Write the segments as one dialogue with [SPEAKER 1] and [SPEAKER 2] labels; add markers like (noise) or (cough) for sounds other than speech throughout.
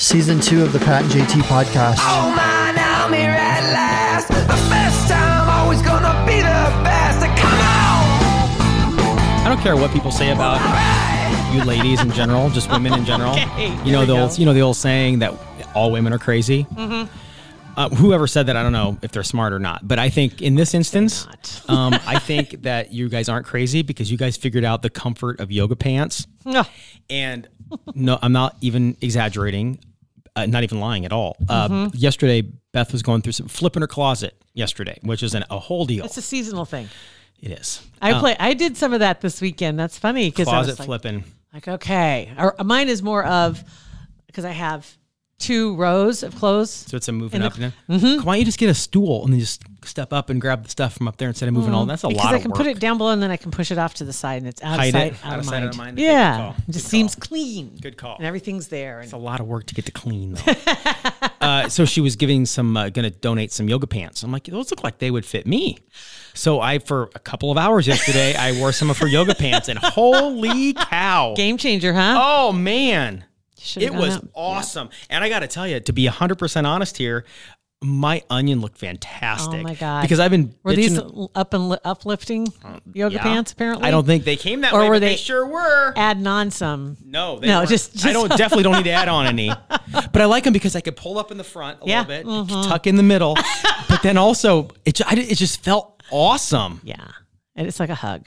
[SPEAKER 1] Season two of the Pat and JT podcast.
[SPEAKER 2] Oh man, I'm here at last. The best time, always gonna be the best. Come on!
[SPEAKER 3] I don't care what people say about you ladies in general, just women in
[SPEAKER 4] (laughs)
[SPEAKER 3] general. you know the old, you know the old saying that all women are crazy.
[SPEAKER 4] Mm-hmm.
[SPEAKER 3] Uh, whoever said that, I don't know if they're smart or not, but I think in this instance,
[SPEAKER 4] (laughs)
[SPEAKER 3] um, I think that you guys aren't crazy because you guys figured out the comfort of yoga pants. And no, I'm not even exaggerating, uh, not even lying at all. Uh,
[SPEAKER 4] Mm-hmm.
[SPEAKER 3] Yesterday, Beth was going through some flipping her closet yesterday, which is an, a whole deal.
[SPEAKER 4] It's a seasonal thing.
[SPEAKER 3] it is.
[SPEAKER 4] I play. I did some of that this weekend. That's funny because I
[SPEAKER 3] Oh. Closet
[SPEAKER 4] was like,
[SPEAKER 3] flipping.
[SPEAKER 4] like, okay, or uh, mine is more of because I have two rows of clothes.
[SPEAKER 3] So it's a moving up. and
[SPEAKER 4] Mm-hmm.
[SPEAKER 3] down. Why don't you just get a stool and then just step up and grab the stuff from up there instead of moving all? That's a
[SPEAKER 4] Mm-hmm. Because
[SPEAKER 3] lot
[SPEAKER 4] I
[SPEAKER 3] of
[SPEAKER 4] can
[SPEAKER 3] work.
[SPEAKER 4] put it down below and then I can push it off to the side and it's out
[SPEAKER 3] Hide it,
[SPEAKER 4] of sight,
[SPEAKER 3] out of sight, out of mind. Good
[SPEAKER 4] Yeah,
[SPEAKER 3] call.
[SPEAKER 4] it just
[SPEAKER 3] Good
[SPEAKER 4] seems
[SPEAKER 3] call.
[SPEAKER 4] clean.
[SPEAKER 3] Good call.
[SPEAKER 4] And everything's there. And
[SPEAKER 3] It's a lot of work to get to clean
[SPEAKER 4] (laughs)
[SPEAKER 3] though. uh, so she was giving some, uh, going to donate some yoga pants. I'm like, those look like they would fit me. So I, for a couple of hours yesterday, I wore some of her yoga pants, and holy cow!
[SPEAKER 4] game changer, huh?
[SPEAKER 3] Oh man,
[SPEAKER 4] Should've
[SPEAKER 3] it
[SPEAKER 4] gone
[SPEAKER 3] was
[SPEAKER 4] out.
[SPEAKER 3] awesome. And I got to tell you, to be 100 percent honest here. My onion looked fantastic.
[SPEAKER 4] Oh my god!
[SPEAKER 3] Because I've been
[SPEAKER 4] were
[SPEAKER 3] bitching-
[SPEAKER 4] these up and li- uplifting yoga
[SPEAKER 3] Oh, Yeah.
[SPEAKER 4] pants? Apparently,
[SPEAKER 3] I don't think they came that
[SPEAKER 4] Or
[SPEAKER 3] way,
[SPEAKER 4] were
[SPEAKER 3] but they,
[SPEAKER 4] they-
[SPEAKER 3] sure were.
[SPEAKER 4] add on some.
[SPEAKER 3] no, they
[SPEAKER 4] no,
[SPEAKER 3] weren't.
[SPEAKER 4] just-
[SPEAKER 3] I
[SPEAKER 4] just-
[SPEAKER 3] don't definitely don't need to add on
[SPEAKER 4] (laughs)
[SPEAKER 3] any. But I like them because I could pull up in the front a
[SPEAKER 4] Yeah, mm-hmm.
[SPEAKER 3] little bit, tuck in the
[SPEAKER 4] (laughs)
[SPEAKER 3] middle, but then also it ju- I di- it just felt awesome.
[SPEAKER 4] Yeah, and it's like a hug.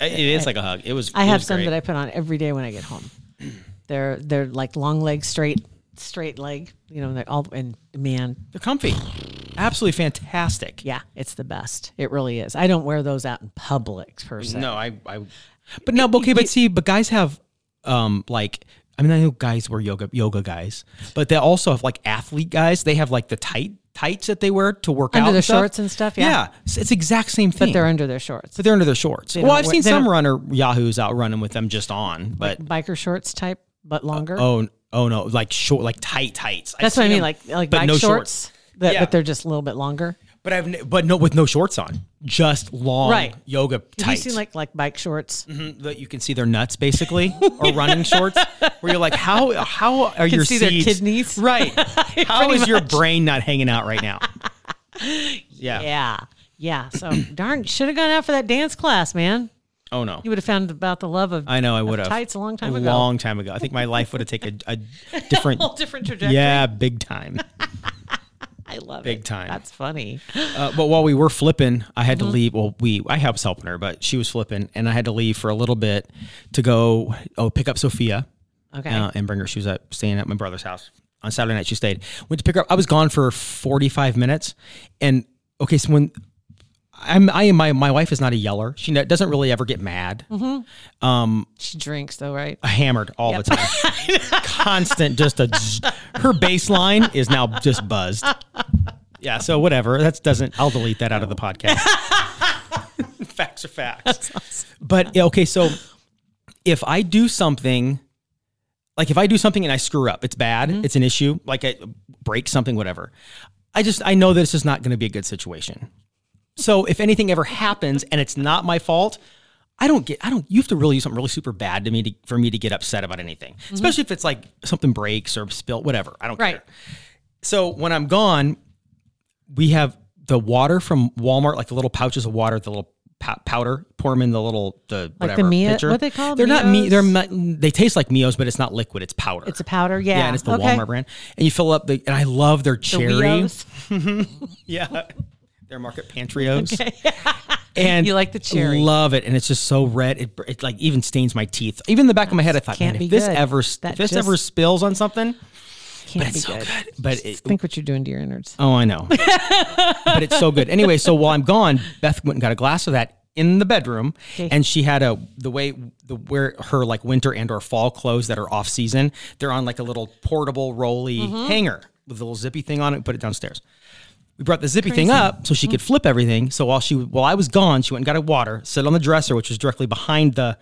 [SPEAKER 3] It- it is like a hug. It was.
[SPEAKER 4] I
[SPEAKER 3] it
[SPEAKER 4] have
[SPEAKER 3] was
[SPEAKER 4] some
[SPEAKER 3] great.
[SPEAKER 4] that I put on every day when I get home. (clears throat) They're they're like long leg straight straight leg, you know, they're all and man,
[SPEAKER 3] They're comfy, absolutely fantastic.
[SPEAKER 4] yeah, it's the best. It really is. I don't wear those out in public per se.
[SPEAKER 3] No, I, I. But no, but okay, but see, but guys have, um, like. I mean, I know guys wear yoga, yoga guys, but they also have like athlete guys. They have like the tight tights that they wear to work
[SPEAKER 4] Under
[SPEAKER 3] out
[SPEAKER 4] the
[SPEAKER 3] and stuff.
[SPEAKER 4] shorts and stuff, yeah.
[SPEAKER 3] yeah, it's, it's the exact same thing.
[SPEAKER 4] But they're under their shorts.
[SPEAKER 3] But they're under their shorts.
[SPEAKER 4] don't
[SPEAKER 3] Well, I've
[SPEAKER 4] wear-
[SPEAKER 3] seen
[SPEAKER 4] they
[SPEAKER 3] some
[SPEAKER 4] don't-
[SPEAKER 3] runner yahoos out running with them just on, but
[SPEAKER 4] Biker shorts type, but longer.
[SPEAKER 3] oh, oh no, like short, like tight tights. I've
[SPEAKER 4] That's what I
[SPEAKER 3] seen them,
[SPEAKER 4] mean, like like
[SPEAKER 3] but
[SPEAKER 4] bike
[SPEAKER 3] no
[SPEAKER 4] shorts. That,
[SPEAKER 3] Yeah.
[SPEAKER 4] But they're just a little bit longer.
[SPEAKER 3] But I've n- but no with no shorts on, just long
[SPEAKER 4] Right.
[SPEAKER 3] yoga
[SPEAKER 4] Have
[SPEAKER 3] tights
[SPEAKER 4] you seen like like bike
[SPEAKER 3] (laughs)
[SPEAKER 4] shorts?
[SPEAKER 3] Mhm, that you can see their nuts basically or running
[SPEAKER 4] (laughs)
[SPEAKER 3] shorts, where you're like, how how are your
[SPEAKER 4] see their
[SPEAKER 3] seeds-
[SPEAKER 4] kidneys.
[SPEAKER 3] (laughs) right?
[SPEAKER 4] (laughs)
[SPEAKER 3] how
[SPEAKER 4] Pretty
[SPEAKER 3] is your
[SPEAKER 4] much.
[SPEAKER 3] brain not hanging out right
[SPEAKER 4] (laughs)
[SPEAKER 3] now? Yeah.
[SPEAKER 4] Yeah. Yeah. So (clears throat) darn should have gone out for that dance class, man.
[SPEAKER 3] Oh no.
[SPEAKER 4] You would have found about the love of
[SPEAKER 3] I know I would have
[SPEAKER 4] tights a long time
[SPEAKER 3] a
[SPEAKER 4] ago.
[SPEAKER 3] Long time ago. I think my life would have taken a, a different.
[SPEAKER 4] (laughs) whole different trajectory.
[SPEAKER 3] yeah, big time.
[SPEAKER 4] I love it.
[SPEAKER 3] Big time.
[SPEAKER 4] That's funny. (gasps)
[SPEAKER 3] Uh, but while we were flipping, I had
[SPEAKER 4] Mm-hmm.
[SPEAKER 3] to leave. Well, we I was helping her, but she was flipping, and I had to leave for a little bit to go oh pick up Sophia
[SPEAKER 4] Okay.
[SPEAKER 3] uh, and bring her. She was at, staying at my brother's house on Saturday night. She stayed. Went to pick her up. I was gone for forty five minutes, and okay, so when. I'm, I am my, my wife is not a yeller. She ne- doesn't really ever get mad.
[SPEAKER 4] She drinks though, right?
[SPEAKER 3] Hammered all the time. Constant, just a. Her baseline is now just buzzed. Yeah, so whatever. That doesn't. I'll delete that out of the podcast. (laughs) facts are facts. But yeah, okay, so if I do something, like if I do something and I screw up, it's bad, it's an issue, like I break something, whatever. I just I know that this is not going to be a good situation. So if anything ever happens and it's not my fault, I don't get I don't you have to really do something really super bad to me to, for me to get upset about anything. Especially if it's like something breaks or spilt, whatever. I don't care.
[SPEAKER 4] Right.
[SPEAKER 3] So when I'm gone, we have the water from Walmart, like the little pouches of water, the little pow- powder. Pour them in the little the
[SPEAKER 4] Like the
[SPEAKER 3] whatever
[SPEAKER 4] Mio-
[SPEAKER 3] pitcher.
[SPEAKER 4] what they call
[SPEAKER 3] They're not me.
[SPEAKER 4] Mios?
[SPEAKER 3] They're mi- they taste like Mios, but it's not liquid. It's powder.
[SPEAKER 4] It's a powder, yeah.
[SPEAKER 3] yeah, and it's the
[SPEAKER 4] Okay.
[SPEAKER 3] Walmart brand. And you fill up the and I love their
[SPEAKER 4] The
[SPEAKER 3] cherry.
[SPEAKER 4] Weos.
[SPEAKER 3] Yeah. Their market pantryos.
[SPEAKER 4] (laughs)
[SPEAKER 3] and
[SPEAKER 4] You like the cherry.
[SPEAKER 3] Love it. And it's just so red. It, it like even stains my teeth. Even the back of my head, I thought,
[SPEAKER 4] Can't
[SPEAKER 3] man,
[SPEAKER 4] be
[SPEAKER 3] if this
[SPEAKER 4] good.
[SPEAKER 3] ever if
[SPEAKER 4] That
[SPEAKER 3] this
[SPEAKER 4] just-
[SPEAKER 3] ever spills on something,
[SPEAKER 4] Can't
[SPEAKER 3] it's
[SPEAKER 4] be
[SPEAKER 3] so
[SPEAKER 4] good.
[SPEAKER 3] good. But it,
[SPEAKER 4] Just think what you're doing
[SPEAKER 3] (laughs)
[SPEAKER 4] to your innards.
[SPEAKER 3] Oh, I know. but it's so good. Anyway, so while I'm gone, Beth went and got a glass of that in the bedroom,
[SPEAKER 4] Okay.
[SPEAKER 3] and she had a the way the where her like winter and or fall clothes that are off season. They're on like a little portable rolly
[SPEAKER 4] Mm-hmm.
[SPEAKER 3] hanger with a little zippy thing on it. Put it downstairs. We brought the zippy thing up so she
[SPEAKER 4] Mm-hmm.
[SPEAKER 3] could flip everything. So while she while I was gone, she went and got a water, sit on the dresser, which was directly behind the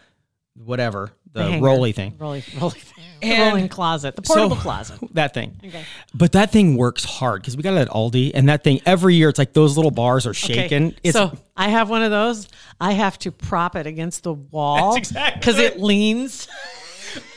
[SPEAKER 3] whatever the,
[SPEAKER 4] hanger.
[SPEAKER 3] rolly thing.
[SPEAKER 4] Rolling, (laughs) rolling,
[SPEAKER 3] And-
[SPEAKER 4] rolling closet, the portable
[SPEAKER 3] So-
[SPEAKER 4] closet.
[SPEAKER 3] (laughs) That thing. Okay. But that thing works hard because we got it at Aldi, and that thing every year it's like those little bars are shaken. It's (laughs)
[SPEAKER 4] so I have one of those. I have to prop it against the wall
[SPEAKER 3] That's exactly (laughs)
[SPEAKER 4] it leans,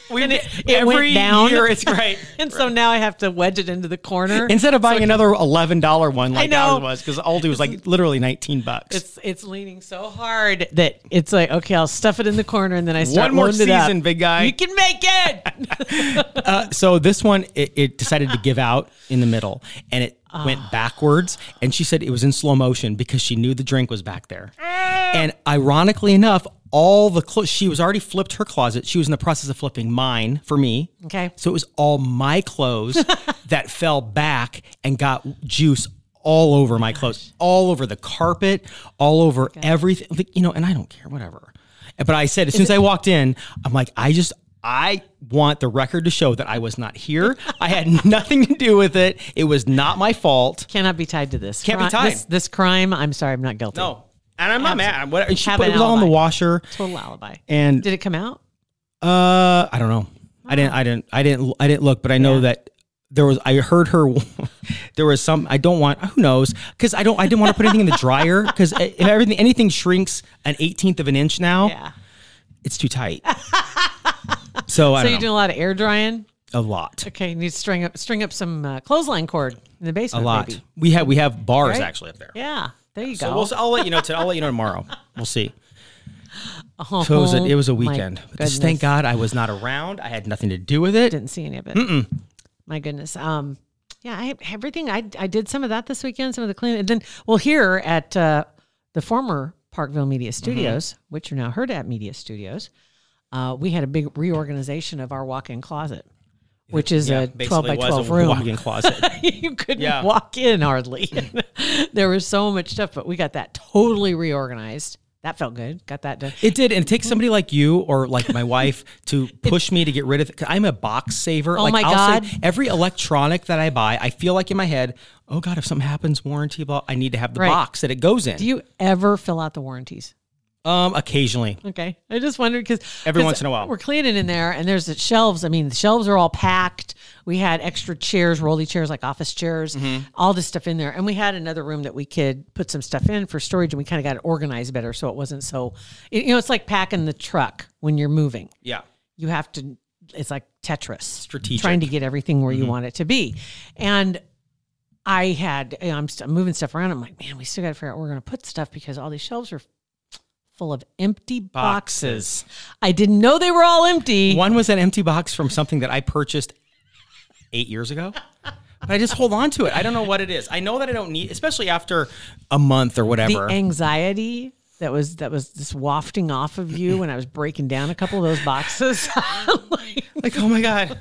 [SPEAKER 3] we, it,
[SPEAKER 4] it went down.
[SPEAKER 3] (laughs) year it's great.
[SPEAKER 4] and so now I have to wedge it into the corner.
[SPEAKER 3] Instead of buying another eleven dollar one like
[SPEAKER 4] know.
[SPEAKER 3] ours was, because Aldi was
[SPEAKER 4] (laughs)
[SPEAKER 3] like literally nineteen bucks.
[SPEAKER 4] It's it's leaning so hard that it's like okay, I'll stuff it in the corner and then I start
[SPEAKER 3] One more
[SPEAKER 4] loading it up.
[SPEAKER 3] season, big guy.
[SPEAKER 4] You can make it.
[SPEAKER 3] so this one it, it decided to give out in the middle and it went
[SPEAKER 4] Ah.
[SPEAKER 3] backwards and she said it was in slow motion because she knew the drink was back there and ironically enough all the clothes she was already flipped her closet she was in the process of flipping mine for me
[SPEAKER 4] Okay.
[SPEAKER 3] so it was all my
[SPEAKER 4] (laughs)
[SPEAKER 3] clothes that fell back and got juice all over my clothes all over the carpet all over everything like, you know and i don't care whatever but i said as soon as i walked in i'm like i just I want the record to show that I was not here. I
[SPEAKER 4] (laughs)
[SPEAKER 3] had nothing to do with it. It was not my fault.
[SPEAKER 4] Cannot be tied to this.
[SPEAKER 3] Can't be
[SPEAKER 4] Cri-
[SPEAKER 3] tied.
[SPEAKER 4] This, this crime. I'm sorry, I'm not guilty.
[SPEAKER 3] No. And I'm not mad. Whatever. She
[SPEAKER 4] Have
[SPEAKER 3] put it
[SPEAKER 4] an
[SPEAKER 3] was all in the
[SPEAKER 4] alibi.
[SPEAKER 3] washer.
[SPEAKER 4] total alibi.
[SPEAKER 3] And
[SPEAKER 4] Did it come out?
[SPEAKER 3] Uh, I don't know. I didn't. I didn't. I didn't. I didn't look, but I know that there was. I heard her. (laughs) there was some. I don't want. Who knows? Because I don't. I didn't want to put anything in the dryer because if everything anything shrinks an eighteenth of an inch now,
[SPEAKER 4] Yeah.
[SPEAKER 3] it's too tight. so I
[SPEAKER 4] So
[SPEAKER 3] don't
[SPEAKER 4] you
[SPEAKER 3] know.
[SPEAKER 4] do a lot of air drying.
[SPEAKER 3] a lot.
[SPEAKER 4] Okay, you need to string up string up some uh, clothesline cord in the
[SPEAKER 3] A
[SPEAKER 4] basement.
[SPEAKER 3] lot.
[SPEAKER 4] maybe.
[SPEAKER 3] We have we have bars
[SPEAKER 4] Right?
[SPEAKER 3] actually up there.
[SPEAKER 4] Yeah, there you
[SPEAKER 3] So
[SPEAKER 4] go.
[SPEAKER 3] we'll, I'll let you know. To, I'll let you know tomorrow. We'll see. So it was a, it was a
[SPEAKER 4] Oh, my
[SPEAKER 3] weekend. But just thank
[SPEAKER 4] goodness.
[SPEAKER 3] God I was not around. I had nothing to do with it.
[SPEAKER 4] Didn't see any of it. My goodness. Um, yeah, I, everything. I I did some of that this weekend. Some of the cleaning. And then, well, here at uh, the former Parkville Media
[SPEAKER 3] Mm-hmm.
[SPEAKER 4] Studios, which are now heard at Media Studios, uh, we had a big reorganization of our walk-in closet, which is a uh, twelve by
[SPEAKER 3] was
[SPEAKER 4] twelve
[SPEAKER 3] a
[SPEAKER 4] room. (laughs)
[SPEAKER 3] walk-in closet.
[SPEAKER 4] you couldn't
[SPEAKER 3] Yeah.
[SPEAKER 4] walk
[SPEAKER 3] (laughs)
[SPEAKER 4] in hardly. there was so much stuff, but we got that totally reorganized. That felt good. Got that done.
[SPEAKER 3] It did, and it takes somebody like you or like
[SPEAKER 4] (laughs)
[SPEAKER 3] my wife to push me to get rid of it. 'Cause I'm a box saver.
[SPEAKER 4] Oh
[SPEAKER 3] like
[SPEAKER 4] my
[SPEAKER 3] I'll
[SPEAKER 4] God.
[SPEAKER 3] Say, every electronic that I buy, I feel like in my head, oh God, if something happens, warranty, blah, I need to have the
[SPEAKER 4] Right.
[SPEAKER 3] box that it goes in.
[SPEAKER 4] Do you ever fill out the warranties?
[SPEAKER 3] um, occasionally,
[SPEAKER 4] Okay, I just wondered because
[SPEAKER 3] Every once in a while.
[SPEAKER 4] we're cleaning in there, and there's the shelves. I mean, the shelves are all packed. We had extra chairs, rolly chairs, like office chairs,
[SPEAKER 3] Mm-hmm.
[SPEAKER 4] all this stuff in there, and we had another room that we could put some stuff in for storage, and we kind of got it organized better, so it wasn't so. It, you know, it's like packing the truck when you're moving.
[SPEAKER 3] yeah,
[SPEAKER 4] you have to it's like tetris strategic trying to
[SPEAKER 3] Strategic. Mm-hmm.
[SPEAKER 4] get everything where you want it to be and i had you know, i'm st- moving stuff around i'm like man we still got to figure out where we're going to put stuff because all these shelves are full of empty boxes. i didn't know they were all empty
[SPEAKER 3] One was an empty box from something that I purchased eight years ago. But I just hold on to it. I don't know what it is. I know that I don't need, especially after a month or
[SPEAKER 4] the
[SPEAKER 3] whatever.
[SPEAKER 4] anxiety that was that was just wafting off of you when i was breaking down a couple of those boxes (laughs) Like,
[SPEAKER 3] like, oh my god,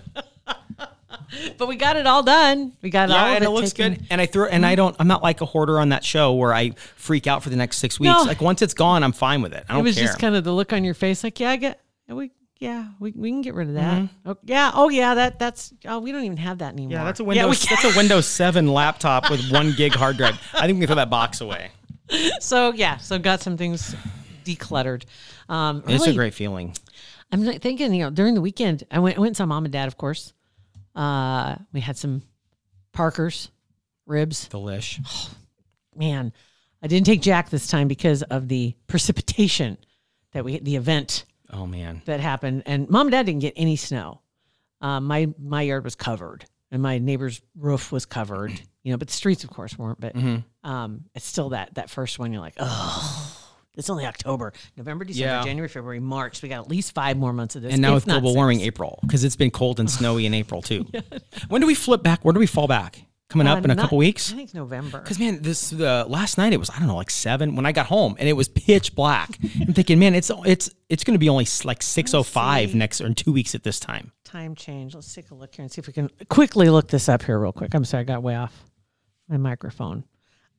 [SPEAKER 4] but we got it all done we got all
[SPEAKER 3] yeah,
[SPEAKER 4] of
[SPEAKER 3] and
[SPEAKER 4] it
[SPEAKER 3] it looks
[SPEAKER 4] taken-
[SPEAKER 3] good. And I throw, and I don't, I'm not like a hoarder on that show where I freak out for the next six weeks.
[SPEAKER 4] No.
[SPEAKER 3] Like once it's gone, I'm fine with it. I don't
[SPEAKER 4] it was
[SPEAKER 3] care.
[SPEAKER 4] just kind of the look on your face, like, yeah, I get, we, yeah, we, we can get rid of that. Oh, yeah, oh yeah, that that's, oh, we don't even have that anymore.
[SPEAKER 3] Mm-hmm. yeah, that's a
[SPEAKER 4] we
[SPEAKER 3] Windows.
[SPEAKER 4] can-
[SPEAKER 3] that's
[SPEAKER 4] (laughs)
[SPEAKER 3] a Windows Seven laptop with one gig hard drive. I think we can throw that box away.
[SPEAKER 4] so yeah, so got some things decluttered. Um,
[SPEAKER 3] It's a
[SPEAKER 4] really,
[SPEAKER 3] great feeling.
[SPEAKER 4] I'm not thinking, you know, during the weekend, I went I went and saw mom and dad, of course. Uh, we had some Parkers ribs.
[SPEAKER 3] Delish.
[SPEAKER 4] Man, I didn't take Jack this time because of the precipitation that we the event
[SPEAKER 3] Oh man.
[SPEAKER 4] that happened, and mom and dad didn't get any snow. Um, my my yard was covered, and my neighbor's roof was covered. You know, but the streets, of course, weren't. But
[SPEAKER 3] Mm-hmm.
[SPEAKER 4] um, it's still that that first one. You're like, oh, it's only October, November, December,
[SPEAKER 3] Yeah.
[SPEAKER 4] January, February, March. We got at least five more months of this.
[SPEAKER 3] And now
[SPEAKER 4] if
[SPEAKER 3] with
[SPEAKER 4] not
[SPEAKER 3] global
[SPEAKER 4] six.
[SPEAKER 3] warming, April, because it's been cold and snowy in April (laughs) too. When do we flip back? Where do we fall back? Coming
[SPEAKER 4] Uh,
[SPEAKER 3] up in a
[SPEAKER 4] not-
[SPEAKER 3] couple weeks.
[SPEAKER 4] I think November.
[SPEAKER 3] Because man, this uh, last night it was I don't know like seven when I got home and it was pitch black. I'm thinking, man, it's it's it's going to be only s- like six oh five next or in two weeks at this time.
[SPEAKER 4] time change. Let's take a look here and see if we can quickly look this up here real quick. I'm sorry, I got way off my microphone.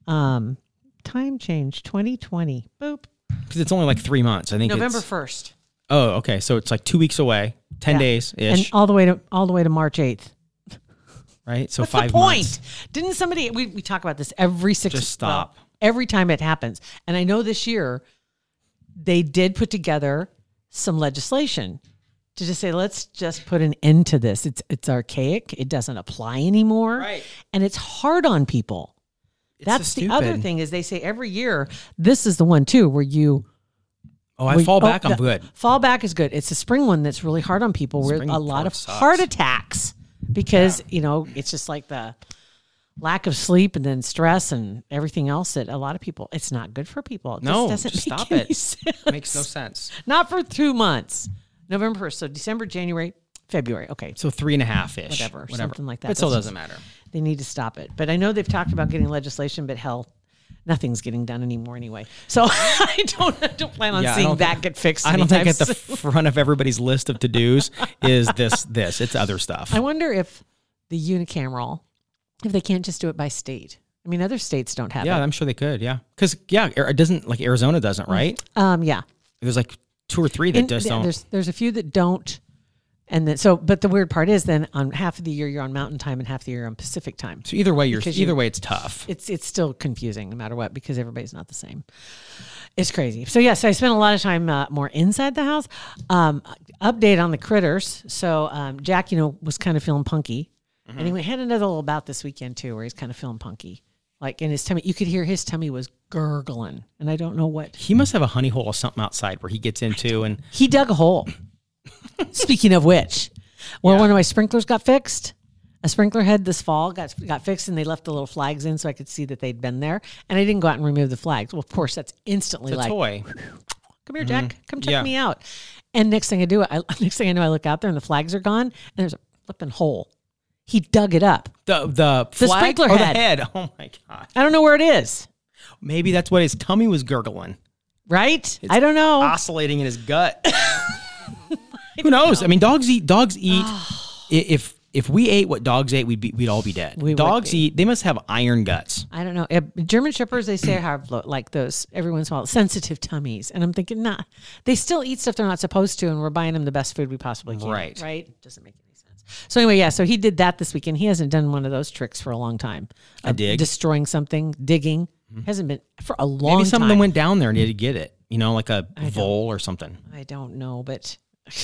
[SPEAKER 4] Um, time change 2020. Boop.
[SPEAKER 3] because it's only like three months. I think
[SPEAKER 4] November
[SPEAKER 3] It's,
[SPEAKER 4] first.
[SPEAKER 3] oh, okay. So it's like two weeks away, ten
[SPEAKER 4] Yeah.
[SPEAKER 3] days
[SPEAKER 4] And oh,
[SPEAKER 3] ish,
[SPEAKER 4] all the way to all the way to March eighth.
[SPEAKER 3] right? So
[SPEAKER 4] What's
[SPEAKER 3] five
[SPEAKER 4] the point?
[SPEAKER 3] months.
[SPEAKER 4] Didn't somebody we, we talk about this every six
[SPEAKER 3] Just stop.
[SPEAKER 4] well, every time it happens. And I know this year they did put together some legislation to just say let's just put an end to this. It's it's archaic. It doesn't apply anymore.
[SPEAKER 3] Right.
[SPEAKER 4] And it's hard on people.
[SPEAKER 3] It's
[SPEAKER 4] That's
[SPEAKER 3] so
[SPEAKER 4] the other
[SPEAKER 3] stupid.
[SPEAKER 4] thing is they say every year this is the one too where you
[SPEAKER 3] Oh, I
[SPEAKER 4] where-
[SPEAKER 3] fall
[SPEAKER 4] oh,
[SPEAKER 3] back. I'm
[SPEAKER 4] the- (laughs)
[SPEAKER 3] good.
[SPEAKER 4] Fall back is good. It's the spring one that's really hard on people where
[SPEAKER 3] Spring
[SPEAKER 4] a lot
[SPEAKER 3] part
[SPEAKER 4] of
[SPEAKER 3] sucks.
[SPEAKER 4] heart attacks because, you know, it's just like the lack of sleep and then stress and everything else that a lot of people it's not good for people. It
[SPEAKER 3] No,
[SPEAKER 4] just doesn't
[SPEAKER 3] just
[SPEAKER 4] make
[SPEAKER 3] stop
[SPEAKER 4] (laughs) any
[SPEAKER 3] it.
[SPEAKER 4] sense.
[SPEAKER 3] Makes no sense.
[SPEAKER 4] Not for two months. November first. So December, January, February. Okay.
[SPEAKER 3] So three and a half ish,
[SPEAKER 4] Whatever, something like that.
[SPEAKER 3] It still
[SPEAKER 4] That's-
[SPEAKER 3] doesn't matter.
[SPEAKER 4] They need to stop it. But I know they've talked about getting legislation, but hell, nothing's getting done anymore anyway. So (laughs) I don't, I don't plan on
[SPEAKER 3] Yeah, I
[SPEAKER 4] seeing
[SPEAKER 3] don't
[SPEAKER 4] that
[SPEAKER 3] think-
[SPEAKER 4] get fixed.
[SPEAKER 3] I don't think
[SPEAKER 4] anytime
[SPEAKER 3] at the
[SPEAKER 4] soon. (laughs)
[SPEAKER 3] front of everybody's list of to dos is this this. It's other stuff.
[SPEAKER 4] (laughs) I wonder if the unicameral, if they can't just do it by state. I mean, other states don't have
[SPEAKER 3] yeah,
[SPEAKER 4] it.
[SPEAKER 3] I'm sure they could. Yeah, because yeah, Ar- it doesn't like Arizona doesn't right.
[SPEAKER 4] Um, yeah.
[SPEAKER 3] There's like two or three that
[SPEAKER 4] And
[SPEAKER 3] just
[SPEAKER 4] th-
[SPEAKER 3] don't.
[SPEAKER 4] There's there's a few that don't, and then so. But the weird part is, then on half of the year you're on Mountain Time and half the year you're on Pacific Time.
[SPEAKER 3] So either way, you're
[SPEAKER 4] Because you-
[SPEAKER 3] either way, it's tough.
[SPEAKER 4] It's it's still confusing no matter what because everybody's not the same. It's crazy. So yes, I spent a lot of time uh, more inside the house. Um, update on the critters. So um, Jack, you know, was kind of feeling punky, and he went, had another little bout this weekend too, where he's kind of feeling punky, like in his tummy. You could hear his tummy was gurgling, and I don't know what
[SPEAKER 3] He must have a honey hole or something outside where he gets into, and
[SPEAKER 4] he dug a hole. Speaking of which, well, one of my sprinklers got fixed. A sprinkler head this fall got got fixed, and they left the little flags in so I could see that they'd been there. And I didn't go out and remove the flags. Well, of course, that's instantly
[SPEAKER 3] it's a
[SPEAKER 4] like,
[SPEAKER 3] toy. Mm-hmm.
[SPEAKER 4] "Come here, Jack. Come check
[SPEAKER 3] Yeah.
[SPEAKER 4] me out." And next thing I do, I (laughs) next thing I know, I look out there and the flags are gone, and there's a flipping hole. He dug it up.
[SPEAKER 3] The the, flag
[SPEAKER 4] sprinkler
[SPEAKER 3] or
[SPEAKER 4] head.
[SPEAKER 3] the head. Oh my god!
[SPEAKER 4] I don't know where it is.
[SPEAKER 3] Maybe that's what his tummy was gurgling,
[SPEAKER 4] Right? I don't know.
[SPEAKER 3] oscillating in his
[SPEAKER 4] (laughs)
[SPEAKER 3] gut. Who knows? I mean, dogs eat. Dogs eat. I- if if we ate what dogs ate, we'd be, we'd all be dead.
[SPEAKER 4] Ah. We would
[SPEAKER 3] dogs
[SPEAKER 4] be.
[SPEAKER 3] eat. They must have iron guts.
[SPEAKER 4] I don't know. Uh, German shepherds, they say have lo- like those every once in a while sensitive tummies, and I'm thinking, nah, they still eat stuff they're not supposed to, and we're buying them the best food we possibly can.
[SPEAKER 3] Right.
[SPEAKER 4] Right. Doesn't make any sense. So anyway, yeah. So he did that this weekend. He hasn't done one of those tricks for a long time.
[SPEAKER 3] A
[SPEAKER 4] of
[SPEAKER 3] dig? Mm-hmm.
[SPEAKER 4] Destroying something, digging hasn't been for a long
[SPEAKER 3] Maybe something
[SPEAKER 4] time.
[SPEAKER 3] went down there and he had to get it. You know, like a vole or something.
[SPEAKER 4] I don't know, but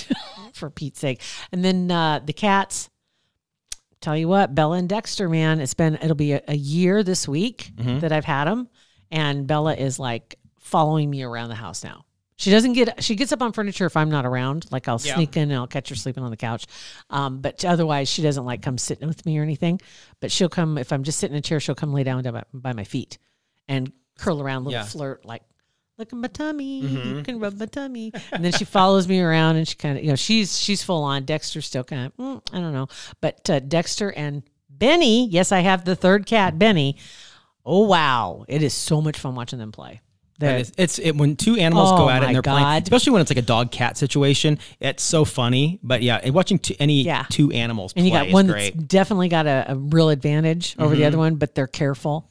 [SPEAKER 4] (laughs) for Pete's sake. And then uh, the cats. Tell you what, Bella and Dexter, man, it's been it'll be a, a year this week that I've had them, and Bella is like following me around the house now. She doesn't get she gets up on furniture if I'm not around. Like I'll sneak in and I'll catch her sleeping on the couch, um, but otherwise she doesn't like come sit with me or anything. But she'll come if I'm just sitting in a chair. She'll come lay down by, by my feet and curl around, little
[SPEAKER 3] Yeah. Mm-hmm.
[SPEAKER 4] flirt like look at my tummy. You can rub my tummy. And then she follows me around and she kind of, you know, she's, she's full on. Dexter's still kind of, mm, I don't know. But uh, Dexter and Benny, yes, I have the third cat, Benny. Oh, wow. It is so much fun watching them play.
[SPEAKER 3] That
[SPEAKER 4] They're-
[SPEAKER 3] is, it's it, when two animals
[SPEAKER 4] Oh
[SPEAKER 3] go at it
[SPEAKER 4] my
[SPEAKER 3] and they're playing,
[SPEAKER 4] God.
[SPEAKER 3] especially when it's like a dog cat situation. It's so funny, but yeah, and watching two, any
[SPEAKER 4] Yeah.
[SPEAKER 3] two animals
[SPEAKER 4] and you
[SPEAKER 3] play
[SPEAKER 4] got
[SPEAKER 3] is
[SPEAKER 4] one
[SPEAKER 3] great. Mm-hmm.
[SPEAKER 4] that's definitely got a, a real advantage over the other one, but they're careful.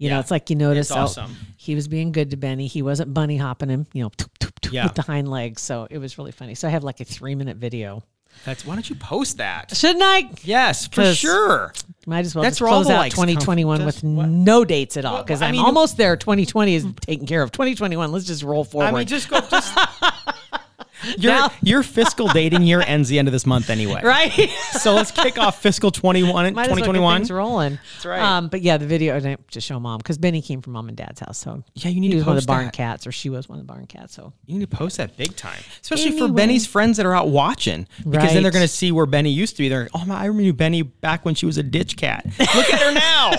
[SPEAKER 4] You know,
[SPEAKER 3] Yeah.
[SPEAKER 4] it's like you notice
[SPEAKER 3] It's awesome.
[SPEAKER 4] he was being good to Benny. He wasn't bunny hopping him, you know, toop, toop, toop
[SPEAKER 3] Yeah.
[SPEAKER 4] with the hind legs. So it was really funny. So I have like a three minute video.
[SPEAKER 3] That's why don't you post that?
[SPEAKER 4] Shouldn't I?
[SPEAKER 3] Yes, for
[SPEAKER 4] 'Cause-
[SPEAKER 3] sure.
[SPEAKER 4] Might as well
[SPEAKER 3] That's
[SPEAKER 4] just
[SPEAKER 3] where all
[SPEAKER 4] close
[SPEAKER 3] the
[SPEAKER 4] out
[SPEAKER 3] likes come from.
[SPEAKER 4] 2021
[SPEAKER 3] Just
[SPEAKER 4] with
[SPEAKER 3] what-
[SPEAKER 4] no dates at all
[SPEAKER 3] Well,
[SPEAKER 4] because
[SPEAKER 3] I
[SPEAKER 4] I'm
[SPEAKER 3] mean-
[SPEAKER 4] almost there. 2020 is taken care of. 2021, let's just roll forward.
[SPEAKER 3] I mean, just go.
[SPEAKER 4] (laughs)
[SPEAKER 3] Just your
[SPEAKER 4] Now-
[SPEAKER 3] your fiscal dating year ends the end of this month anyway,
[SPEAKER 4] right? (laughs)
[SPEAKER 3] So let's kick off fiscal 21,
[SPEAKER 4] Might as well get
[SPEAKER 3] 2021.
[SPEAKER 4] things rolling. That's
[SPEAKER 3] right.
[SPEAKER 4] Um, but yeah, the video and I just show mom because Benny came from mom and dad's house. So
[SPEAKER 3] Yeah, you need
[SPEAKER 4] he
[SPEAKER 3] to
[SPEAKER 4] was one of
[SPEAKER 3] post
[SPEAKER 4] the barn
[SPEAKER 3] that.
[SPEAKER 4] cats, or she was one of the barn cats. So
[SPEAKER 3] You need to post that big time, especially for
[SPEAKER 4] Anyway.
[SPEAKER 3] Benny's friends that are out watching, because then they're
[SPEAKER 4] Right.
[SPEAKER 3] going to see where Benny used to be. They're, oh my, I remember Benny back when she was a ditch cat. Look at her
[SPEAKER 4] (laughs)
[SPEAKER 3] now,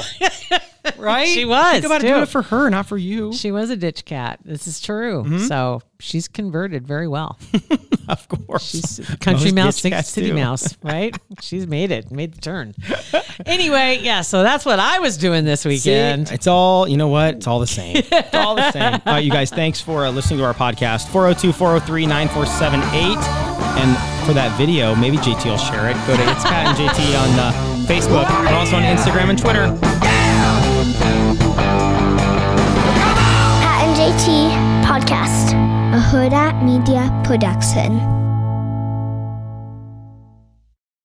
[SPEAKER 3] right?
[SPEAKER 4] She was,
[SPEAKER 3] Think about it,
[SPEAKER 4] too.
[SPEAKER 3] doing it for her, not for you.
[SPEAKER 4] she was a ditch cat. This is true.
[SPEAKER 3] Mm-hmm.
[SPEAKER 4] So she's converted very well.
[SPEAKER 3] (laughs) of course,
[SPEAKER 4] She's a (laughs)
[SPEAKER 3] (laughs)
[SPEAKER 4] country
[SPEAKER 3] Most
[SPEAKER 4] mouse,
[SPEAKER 3] ditch
[SPEAKER 4] sing-
[SPEAKER 3] cats
[SPEAKER 4] city
[SPEAKER 3] do.
[SPEAKER 4] mouse,
[SPEAKER 3] (laughs)
[SPEAKER 4] right? She's made it, made the turn. anyway, yeah. So that's what I was doing this
[SPEAKER 3] See,
[SPEAKER 4] weekend.
[SPEAKER 3] it's all, you know what? It's all the same. it's all the same. All right, you guys, thanks for uh, listening to our podcast 402 403 9478. And for that video, maybe JT will share it. Go to It's Pat and JT on uh, Facebook, but also on Instagram and Twitter.
[SPEAKER 5] Pat and JT podcast. Podcast, a Huda Media Production.